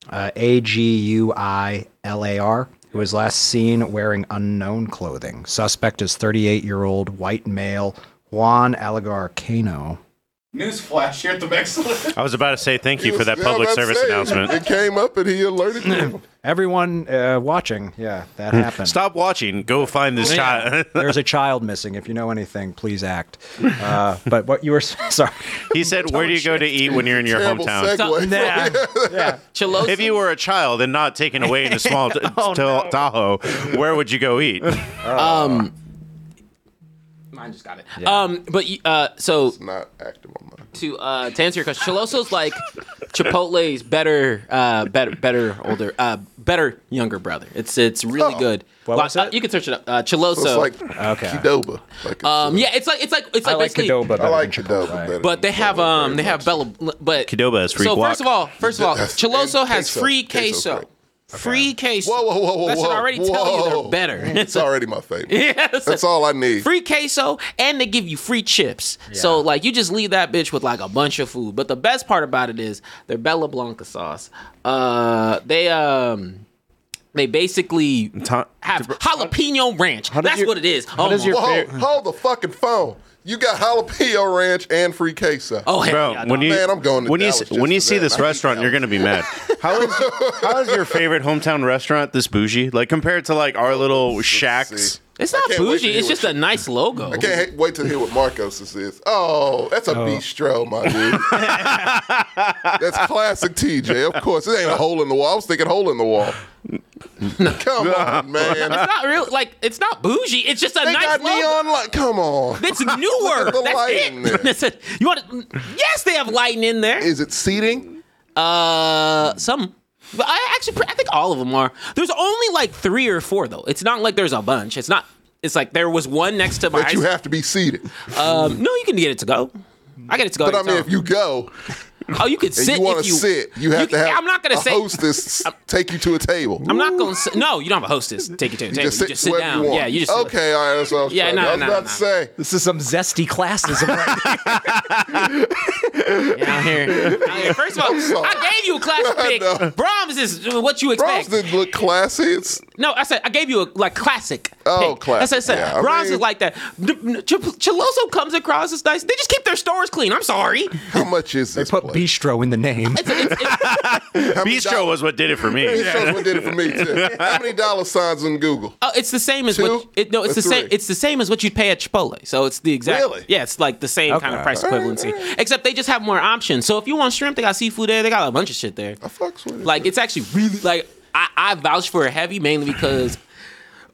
uh, A G U I L A R, who was last seen wearing unknown clothing. Suspect is 38 year old white male Juan Aligar Cano.
Newsflash here at the Excellent.
I was about to say thank you
that?
for that
Yeah, I'm
public
about to
service
say,
announcement.
It came up and he alerted me.
Everyone uh, watching, yeah,
Hmm.
that happened.
Stop watching. Go find this child.
There's a child missing. If you know anything, please act. Uh, but what you were sorry.
He said, "Where do you go to eat when you're in your
Terrible
hometown?"
segue.
So-
Yeah.
Chiloso.
If you were a child and not taken away in a small t-
Oh,
t- Tahoe, where would you go eat?
mine just got it. Um, but you- uh, so
not active on mine.
to uh to answer your question, Chiloso's like Chipotle's better, uh, better, better older, uh, better younger brother. It's it's really
Oh.
good.
What
Well,
was that?
uh, you can search it up. Uh, Chiloso.
So it's like
Okay.
Qdoba. Like it's, uh,
um, yeah, it's like it's like it's
I
like,
like
basically-
Cadoba.
I like Qdoba better.
But they
than
have
Qdoba
um
very
they have
much.
Bella but
Qdoba has free
So
guac.
first of all, first of all,
That's-
Chiloso
and
has
queso.
free
Queso's
queso.
great.
Free queso.
Whoa, whoa, whoa, whoa,
That should
whoa,
already tell you
whoa.
they're better.
It's already my favorite.
Yes.
That's all I need.
free queso and they give you free chips. So like you just leave that bitch with like a bunch of food. But the best part about it is their Bella Blanca sauce. Uh they um They basically
Tom-
have jalapeno ranch.
does
That's
your-
what it is. Oh
how does
almost.
your-
Hold, hold the fucking phone. You got jalapeno ranch and free queso.
oh, hell
Bro,
yeah,
when
dog.
you
Man, I'm going to
when you
Dallas
s-
just
when you
for
see
that.
this
I hate
restaurant, you're gonna be mad. How is how is your favorite hometown restaurant this bougie? Like compared to like our little shacks?
See.
it's
I
not
can't wait to
bougie.
hear
It's
what
just a nice logo.
I can't ha- wait to hear what Marcos this is. Oh, that's a bistro, my dude. that's classic TJ. Of course, it ain't a hole in the wall. I was thinking hole in the wall. Come on, man.
It's not real. Like it's not bougie. It's just a
They
nice
got
logo.
neon light. Come on.
It's newer.
the
That's
lighting there.
it. That's it. You want? To, yes, they have lighting in there.
Is it seating?
Uh, some. But I actually, I think all of them are. There's only like three or four though. It's not like there's a bunch. It's not. It's like there was one next to my.
That you
ice-
have to be seated.
um, no, you can get it to go. I get it to go.
But I
every
mean,
time.
if you go
oh, you could
and
sit.
you want
if
to
you
sit, you have to
can-
have
I'm not gonna
a
say.
hostess take you to a table.
I'm not gonna. Say, no, you don't have a hostess. Take you to a table. you just sit
wherever
down. Yeah, you just. sit-
okay, all right. That's what I was,
Yeah,
trying-
no,
I was
no,
about
no.
to say.
This is some zesty classism. Right
Yeah, out here. Out here. First of all,
sorry.
I gave you a classic pick.
No.
Brahms is what you expect.
Bronze didn't look classy. It's
No, I said I gave you a like classic.
Oh,
pick.
classic,
That's what I said.
yeah, I
Bronze
mean-
is like that. The- Ch- Chiloso comes across as nice. They just keep their stores clean. I'm sorry.
how much is this?
Put
place?
bistro in the name.
It's, it's, it's,
How many
Bistro
dollars-
was what did it for me.
Bistro is what did it for me too. How many dollar signs on Google?
uh, it's the same as what
Two
it, no. It's
or
the same.
three?
It's the same as what you'd pay at Chipotle. So it's the exact.
Really?
Yeah, it's like the same kind
Okay.
of price equivalency. Except they just have more options. So if you want shrimp, they got seafood there. They got a bunch of shit there.
I fucks with it.
Like it's actually really like I, I vouch for a heavy mainly because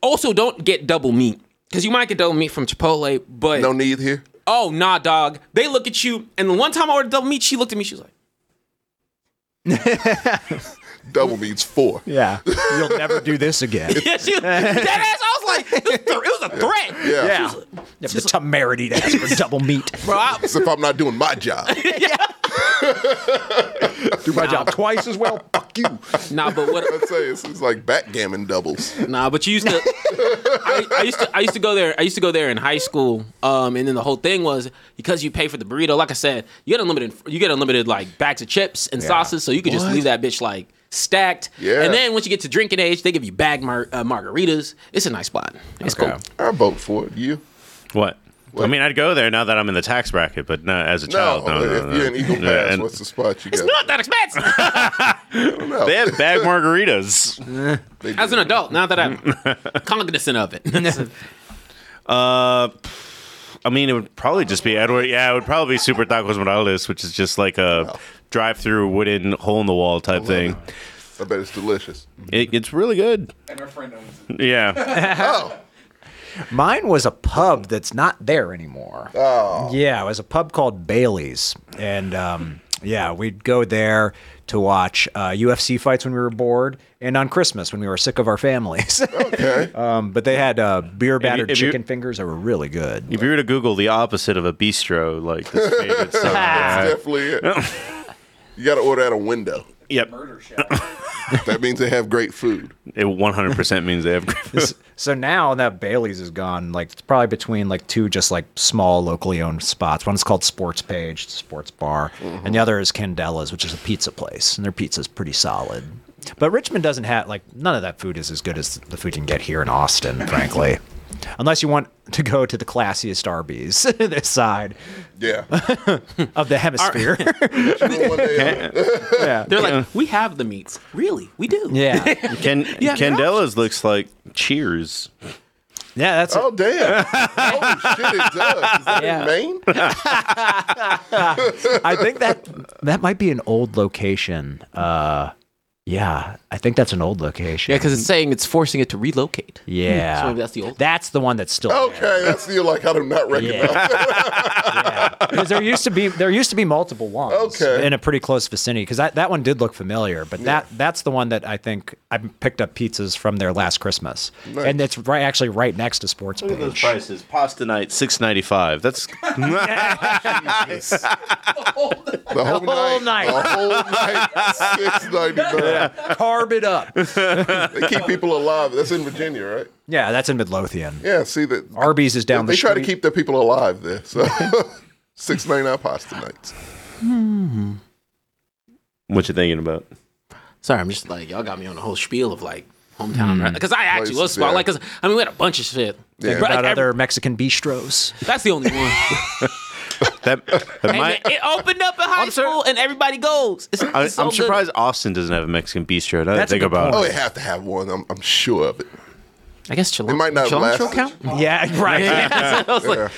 also don't get double meat because you might get double meat from Chipotle, but
no need here.
oh nah, dog. They look at you, and the one time I ordered double meat, she looked at me. She was like,
Double means four.
yeah, you'll never do this again.
"Yeah." She was, that ass. I was like, it was, a th- it was a threat.
Yeah.
Yeah. You have the temerity to ask for double meat.
bro. I,
As if I'm not doing my job.
Do my job twice as well. Fuck you.
nah, but what?
I'd say it's, it's like backgammon doubles.
Nah, but you used to. I, I used to. I used to go there. I used to go there in high school. Um, and then the whole thing was because you pay for the burrito. Like I said, you get unlimited. You get unlimited like bags of chips and sauces, so you could just leave that bitch like stacked.
Yeah.
And then once you get to drinking age, they give you bag mar- uh, margaritas. It's a nice spot. It's cool.
I vote for it. You?
What? I mean, I'd go there now that I'm in the tax bracket, but no, as a
No.
child, no, no,
if
no.
you're an Eagle
Yeah,
Pass,
and
what's the spot you got?
Not that expensive.
No.
they had bag margaritas.
They
As
do.
an adult, now that I'm cognizant of it.
Uh, I mean, it would probably just be Edward. Yeah, it would probably be Super Tacos Morales, which is just like a drive-through wooden hole in the wall type thing.
I bet it's delicious.
It, it's really good.
And our friend owns it.
Yeah,
Oh,
Mine was a pub that's not there anymore. Oh. Yeah, it was a pub called Bailey's. And um, yeah, we'd go there to watch uh, UFC fights when we were bored and on Christmas when we were sick of our families.
Okay.
um, but they had uh, beer battered
if you-
chicken fingers that were really good.
if you were to Google the opposite of a bistro, like this favorite stuff, yeah.
Definitely it. You got to order at a window.
yep,
Murder shack.
That means they have great food.
it 100 percent means they have. great food.
So now that Bailey's is gone, like it's probably between like two just like small locally owned spots. One's called Sports Page, it's a sports bar, and the other is Candella's, which is a pizza place, and their pizza's pretty solid. But Richmond doesn't have like none of that food is as good as the food you can get here in Austin, frankly. Unless you want to go to the classiest Arby's this side
Yeah.
of the hemisphere.
One day, uh,
They're like, we have the meats. Really, we do.
yeah.
Can
Yeah,
Candela's looks like Cheers.
Yeah, that's
oh, damn. Holy shit, it does. Is that
Yeah.
in Maine?
I think that that might be an old location. Uh yeah, I think that's an old location.
Yeah, because it's saying it's forcing it to relocate.
Yeah.
Hmm. So maybe that's the old-
That's the one that's still
Okay, that's you like I do not recognize.
because there used to be there used to be multiple ones
Okay.
in a pretty close vicinity because that, that one did look familiar but that that's the one that I think I picked up pizzas from there last Christmas and it's right actually right next to Sports Page
prices. Pasta night, six ninety five. That's
The whole,
whole
night,
night.
The whole night. Six ninety nine.
carb it up
They keep people alive. That's in Virginia, right?
yeah that's in Midlothian
Yeah. See that.
Arby's is down
They
the
try
street
to keep their people alive there. So six ninety nine pasta nights.
what you thinking about.
Sorry, I'm just like y'all got me on a whole spiel of like hometown right? Because I actually
Hmm. Places,
was spot
yeah.
like because I mean we had a bunch of shit.
Yeah.
Like, bro,
About
like, every-
other Mexican bistros.
that's the only one.
That, that
And
might,
it- it opened up in high
I'm sur-
school and everybody goes. It's,
I,
it's so
I'm
good.
surprised Austin doesn't have a Mexican bistro. Now that I
That's a
think
good
about
Oh,
it.
they have to have one. I'm, I'm sure of it.
I guess Chilantro.
It might not
Chilantro
last.
count.
Yeah, right.
I was like,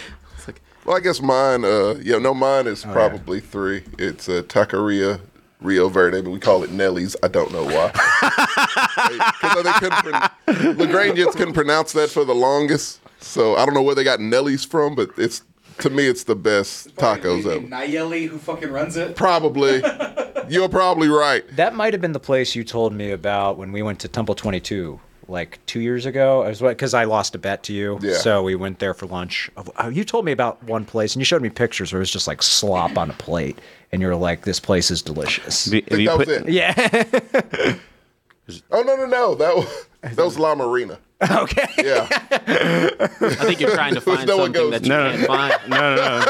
Well, I guess mine. Uh, yeah, no, mine
Oh,
is probably three. It's uh, Taqueria Rio Verde, but we call it Nelly's. I don't know why. Because they couldn't. Pro- Lagrangians couldn't pronounce that for the longest, so I don't know where they got Nelly's from, but it's to me it's the best tacos ever.
Fucking Nayeli, who fucking runs it.
Probably, you're probably right.
That might have been the place you told me about when we went to Temple 22 like two years ago. I was because I lost a bet to you,
Yeah.
so we went there for lunch. Oh, you told me about one place and you showed me pictures where it was just like slop on a plate, and you're like, "This place is delicious."
Have you- have
I think
you
that
put-
was it.
yeah.
Oh no, no, no. That was that was La Marina.
okay.
Yeah,
I think you're trying to find
No one
something
goes-
that you
No, no.
can't find.
No, no, no.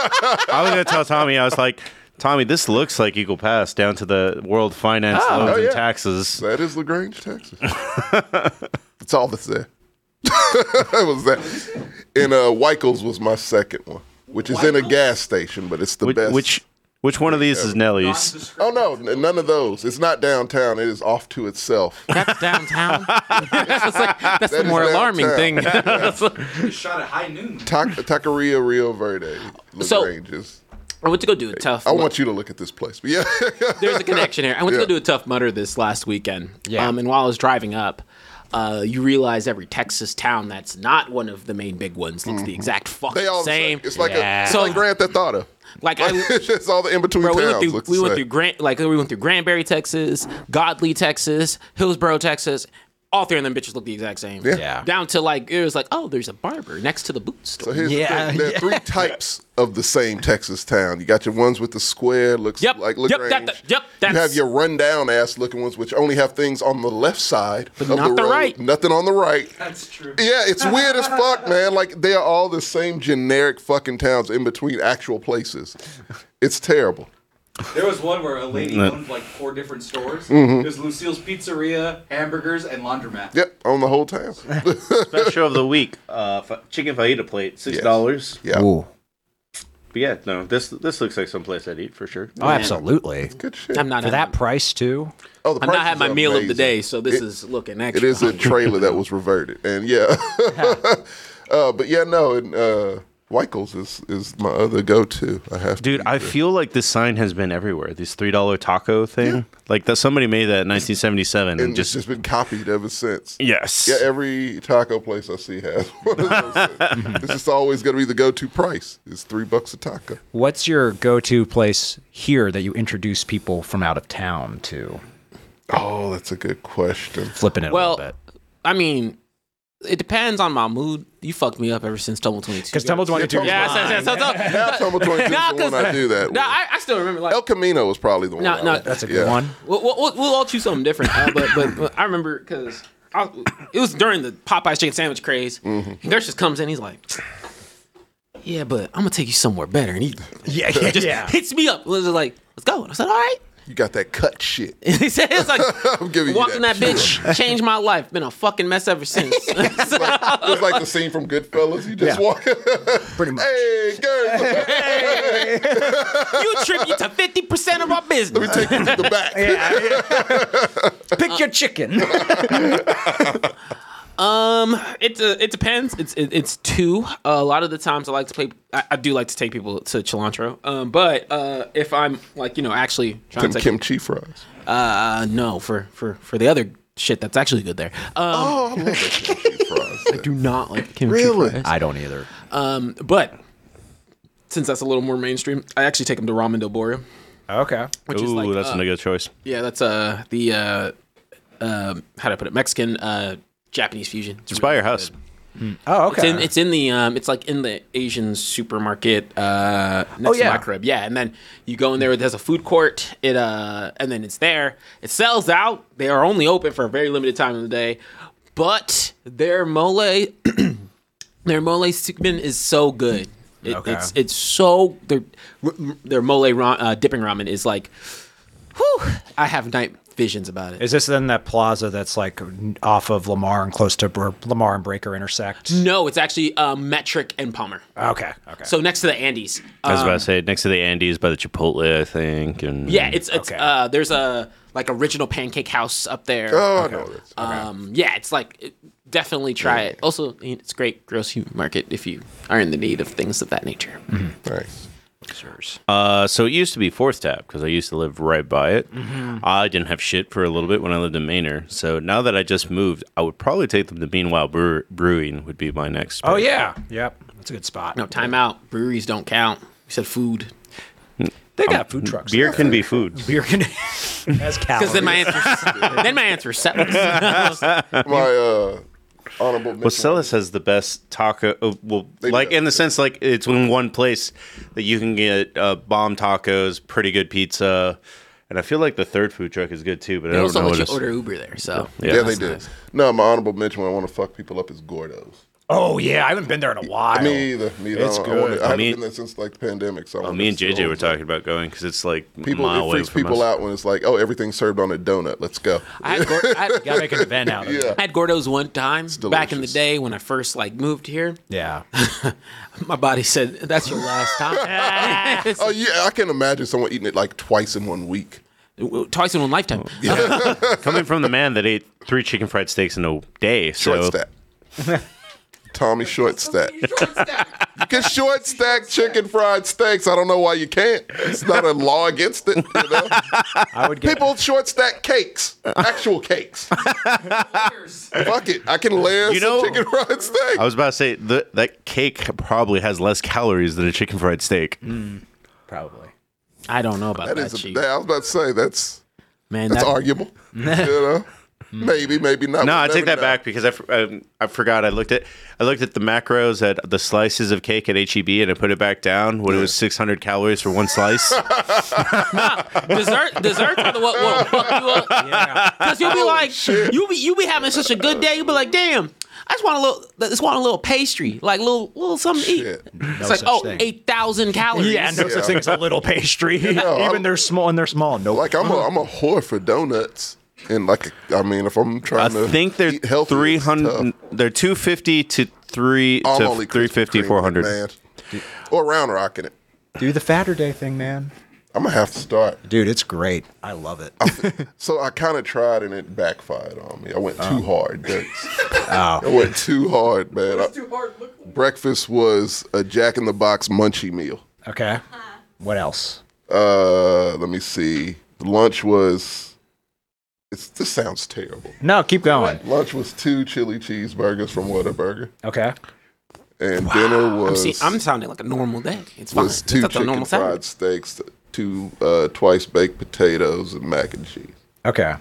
I was gonna tell Tommy. I was like, Tommy, this looks like Eagle Pass down to the World Finance loans
Oh, yeah.
and taxes.
that is Lagrange, Texas. that's all that's there. that was that. And uh, Weichels was my second one, which is in a gas station, but it's the
Which,
best.
which which one of these is Nelly's?
Oh no, n- none of those. It's not downtown. It is off to itself.
That's downtown. It's like, that's
That
the
is
more alarming thing.
Just shot at high noon.
Ta- Taqueria Rio Verde,
So-
Lagrange's.
I went to go do a tough.
I want you to look at this place. But yeah,
there's a connection here. I went
Yeah.
to go do a tough mutter this last weekend.
Yeah.
Um, and while I was driving up, uh, you realize every Texas town that's not one of the main big ones looks the exact fucking
Mm-hmm. they all the
same.
same. It's like
Yeah.
a it's
So-
like Grand Theft Auto.
Like, I-
it's just all the in between
Bro,
towns.
we went through
looks
we
the
went
same.
through Grant like we went through Granbury, Texas, Godley, Texas, Hillsboro, Texas. All three of them bitches look the exact same.
Yeah.
Yeah.
Down to like it was like oh, there's a barber next to the boot store.
So here's
Yeah,
the thing. There are three types of the same Texas town. You got your ones with the square looks
Yep,
like
yep, that-
Lagrange.
that- yep,
You have
that's-
your rundown ass looking ones, which only have things on the left side, but of
not
the,
the
road.
right.
Nothing on the right.
That's true.
Yeah, it's weird as fuck, man. Like they are all the same generic fucking towns in between actual places. It's terrible.
There was one where a lady owned like four different stores.
Mm-hmm.
There's Lucille's Pizzeria, hamburgers, and laundromat.
Yep, on the whole town.
Special of the week: uh, fa- chicken fajita plate, six dollars.
Yeah.
Ooh. Oh,
But yeah, no, this this looks like someplace I'd eat for sure.
Oh, absolutely.
Good shit.
I'm not
For that price too.
oh, the
I'm not
prices
having my
are
meal of the
amazing.
day, so this is looking extra.
It is a trailer that was reverted, and yeah, uh, but yeah, no, and uh, Weichels is is my other go to. I have
Dude,
to.
I feel like this sign has been everywhere. This three dollar taco thing, like that somebody made that in 1977 and,
and
just,
it's just been copied ever since.
yes,
Yeah, every taco place I see has one of those. it's just always going to be the go to price. It's three bucks a taco.
What's your go-to place here that you introduce people from out of town to?
Oh, that's a good question.
Flipping it a
well,
little bit.
I mean, it depends on my mood. You fucked me up ever since Tumble Twenty Two.
Because Temple 22
Yeah,
is
so- so- so- so-
Now Tumble 22 is
Nah,
the one I
'cause-
do that.
No,
with.
I, I still remember. Like,
El Camino was probably the one.
No,
I
no,
would-
that's
a good
yeah.
one.
we'll, we'll, we'll all choose something different. Uh, but, but but I remember because it was during the Popeyes chicken sandwich craze.
Mm-hmm.
Gersh just comes in. He's like, "Yeah, but I'm gonna take you somewhere better." And he
Yeah, yeah,
just
yeah.
hits me up. Was like, "Let's go." And I said, "All right."
You got that cut shit.
And he said, "It's like."
I'm giving you
Walking
that.
that bitch changed my life. Been a fucking mess ever since.
It's like the scene from Goodfellas. You just walk.
pretty much.
hey, girl.
you attribute to fifty percent of my business.
Let me take you to the back.
Pick your chicken.
It uh, it depends. It's it, it's two. Uh, a lot of the times I like to play. I, I do like to take people to cilantro. Um, but uh, if I'm like you know actually trying
Them
to take,
kimchi fries.
uh, no for for for the other shit that's actually good there. Um,
Oh, I love that kimchi fries.
I do not like kimchi
Really?
fries.
I don't either.
Um, but since that's a little more mainstream, I actually take them to ramen doboria,
Okay.
which is
Ooh,
like
that's
uh,
a good choice.
yeah, that's uh the uh um how do I put it Mexican uh Japanese fusion. It's
It's
really
by your house.
Oh, okay.
It's in, it's in the um, it's like in the Asian supermarket uh, next
Oh, yeah.
to my crib. Yeah, and then you go in there. There's a food court. It uh, and then it's there. It sells out. They are only open for a very limited time of the day, but their mole, their mole sukmin is so good. It,
Okay.
It's it's so their their mole ra- uh, dipping ramen is like, whew, I have night visions about it.
Is this in that plaza that's like off of Lamar and close to where Lamar and Breaker intersect?
no, it's actually uh, Metric and Palmer.
Okay. Okay.
So next to the Andes.
I was
Um,
about to say next to the Andes by the Chipotle, I think. And
yeah, it's it's
Okay.
uh, there's a like original pancake house up there.
Oh, I know this.
Um, yeah, it's like it- definitely try it. Also, it's great grocery market if you are in the need of things of that nature.
Mm-hmm.
Thanks.
uh, so it used to be Fourth Tap because I used to live right by it.
Mm-hmm.
I didn't have shit for a little bit when I lived in Manor. So now that I just moved, I would probably take them to Meanwhile Brew- Brewing would be my next.
oh
pick.
yeah. Yep. That's a good spot.
No time out. Breweries don't count. You said food
They
um,
got food trucks.
beer can be food.
Beer can. That's
because
calories.
then my answer then my answer settles.
My uh, honorable
Well,
mention.
Celis has the best taco. uh, Well,
do.
like in the sense, like it's in one place that you can get uh, bomb tacos, pretty good pizza, and I feel like the third food truck is good too. But I
They
don't
also
know
let
what
you
it's.
order Uber there. So
Yeah.
yeah, they
that's
do.
nice.
No, my honorable mention when I want to fuck people up is Gordos.
oh yeah, I haven't been there in a while.
Me either. Me either.
It's
I, wanna-
good.
I haven't
Me-
been there since like the pandemic. So I
Oh,
wanna
me and
still-
JJ were talking about going because it's like
People,
a mile
it
away
freaks
from
people
us.
out when it's like, oh, everything's served on a donut. Let's go.
I had, Gor- I, had,
gotta make an event out of
Yeah.
it.
I had Gordo's one time back in the
delicious.
day when I first like moved here.
Yeah.
My body said, "That's your last time."
Oh yeah, I can imagine someone eating it like twice in one week.
Twice in one lifetime.
Oh. Coming from the man that ate three chicken fried steaks in a day,
Short
so
stack. Tommy short stack. You
Short stack.
can short stack chicken fried steaks. I don't know why you can't. It's not a law against it. You know?
I would get.
People short stack cakes, actual cakes.
Cheers.
Fuck it, I can layer
You
some
know-
chicken fried steak.
I was about to say the, that cake probably has less calories than a chicken fried steak.
Mm.
Probably.
I don't know about that,
that is. A,
cheese.
that, I was about to say that's
man.
that's
that-
arguable. you know, maybe, maybe not.
No,
We'll
I
never
take that
know.
back because I, f- um, I forgot. I looked at I looked at the macros at the slices of cake at HEB and I put it back down when it was 600 calories for one slice.
dessert desserts are the what will fuck you up. Cause you'll be like you'll be you be having such a good day, you'll be like, damn, I just want a little I just want a little pastry. Like little little something to eat.
Shit.
It's like,
such
oh,
thing.
eight thousand calories.
Yeah, no such thing as a little pastry.
I'm-
Even they're small, and they're small. No,
Like I'm a, I'm a whore for donuts. And like, I mean, if I'm
I
trying to
think they're
eat healthy, it's tough.
300 they're 250 to 3
I'm
to
only Krispy
350
Kreme,
400.
man. Or round rocking it.
do the fatter day thing, man.
I'm gonna have to start.
Dude, it's great. I love it.
So I kind of tried and it backfired on me. I went too
Oh.
hard. That's- I went too hard, man. I-
It's too hard. Look.
breakfast was a Jack in the Box munchie meal.
Okay. What else?
Uh, let me see. Lunch was. It's, this sounds terrible.
No, keep going.
Lunch was two chili cheeseburgers from Whataburger,
Okay.
and dinner
I'm,
was
see, I'm sounding like a normal day. It's fine.
was
It's
two
not a
chicken
normal Saturday.
fried steaks, two uh, twice baked potatoes, and mac and cheese.
Okay.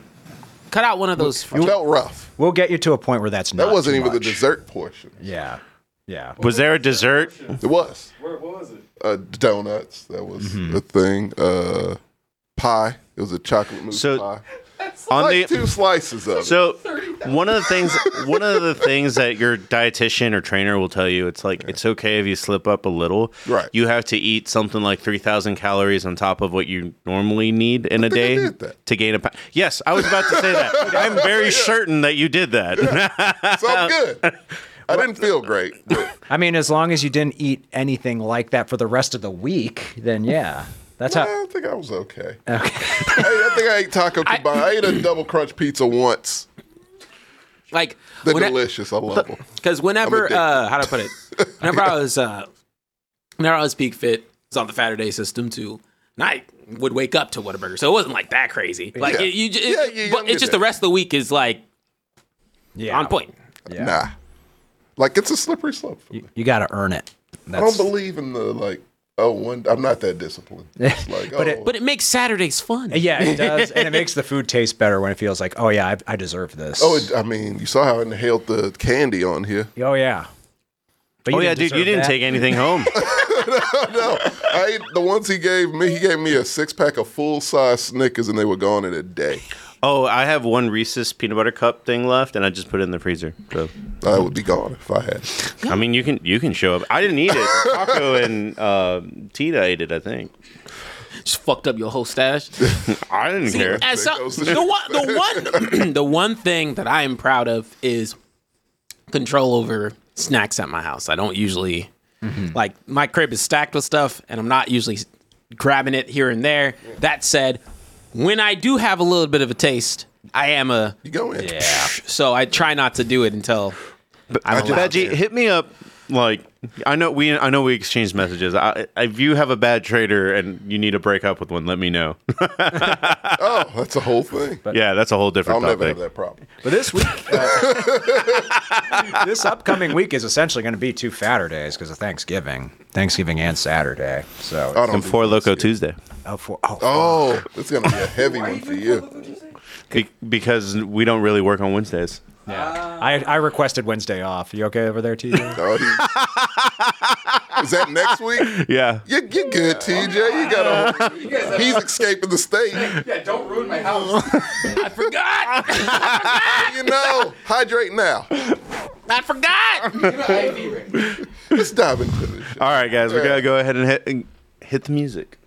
Cut out one of those.
It felt rough.
We'll get you to a point where that's
That
not.
wasn't
too
even the
much.
dessert portion.
Yeah. Yeah.
Was there a dessert?
It was.
Where, what was it?
uh, donuts. That was
Mm-hmm.
a thing. Uh, pie. It was a chocolate mousse
So-
pie.
On
Like
the
two slices of it.
So one of the things one of the things that your dietitian or trainer will tell you it's like it's okay if you slip up a little.
Right.
You have to eat something like 3000 calories on top of what you normally need in a
think I
day
did that.
to gain a pound. Yes, I was about to say that. I'm very certain that you did that.
So
uh,
I'm good. I didn't feel great. but
I mean, as long as you didn't eat anything like that for the rest of the week, then yeah. That's how.
I think I was okay. Okay. I, I think I ate taco kebab. I, ate a double crunch pizza once.
Like
They're
when I-
delicious. I love them.
Because whenever,
addicted.
uh, how do I put it? Whenever I was, uh, whenever I was peak fit, it's on the Saturday system too. And I would wake up to Whataburger, so it wasn't like that crazy. Like
Yeah.
it, you, ju-
Yeah, you're
but
younger
it's just the
then.
rest of the week is like
Yeah.
on point.
Yeah.
Nah. Like it's a slippery slope for me.
You got to earn it.
I
That's,
don't believe in the like. Oh, one. I'm not that disciplined. It's like,
But it-
oh,
But it makes Saturdays fun.
Yeah, it does, and it makes the food taste better when it feels like, oh yeah, I, I deserve this.
oh. It, I mean, you saw how I inhaled the candy on here.
oh yeah. But
oh yeah, dude, you
deserve
didn't
that.
take anything home.
No, I ate the ones he gave me. He gave me a six pack of full size Snickers, and they were gone in a day.
oh, I have one Reese's peanut butter cup thing left and I just put it in the freezer. So
I would be gone if I had.
I mean, you can you can show up. I didn't eat it. Taco and uh, Tita ate it, I think.
just fucked up your whole stash.
I didn't care.
And so-
goes to-
the one, the one, the one thing that I am proud of is control over snacks at my house. I don't usually like my crib is stacked with stuff, and I'm not usually grabbing it here and there. That said, when I do have a little bit of a taste, I am a
You go in.
so I try not to do it until I'm allowed
Veggie,
to.
hit me up. Like I know we I know we exchanged messages. I, if you have a bad trader and you need to break up with one, let me know.
Oh, that's a whole thing.
yeah, that's a whole
I'll
different
never
topic.
have that problem.
But this week, uh, this upcoming week is essentially going to be two fatter days because of Thanksgiving, Thanksgiving and Saturday. So,
I don't
And
do
Four
that
Loco
shit.
Tuesday
oh, for, oh,
Oh, it's gonna be a heavy one for you.
Be- because we don't really work on Wednesdays.
yeah. I, I requested Wednesday off. You okay over there, TJ?
Oh, he- Is that next week?
Yeah,
You, you're good, TJ. You got a.
You guys have-
He's escaping the state.
yeah, don't ruin my house.
I forgot.
You know, hydrate now.
I forgot.
Give it an IV ring.
Let's dive into this. shit.
All right, guys, we gotta go ahead and hit, and hit the music.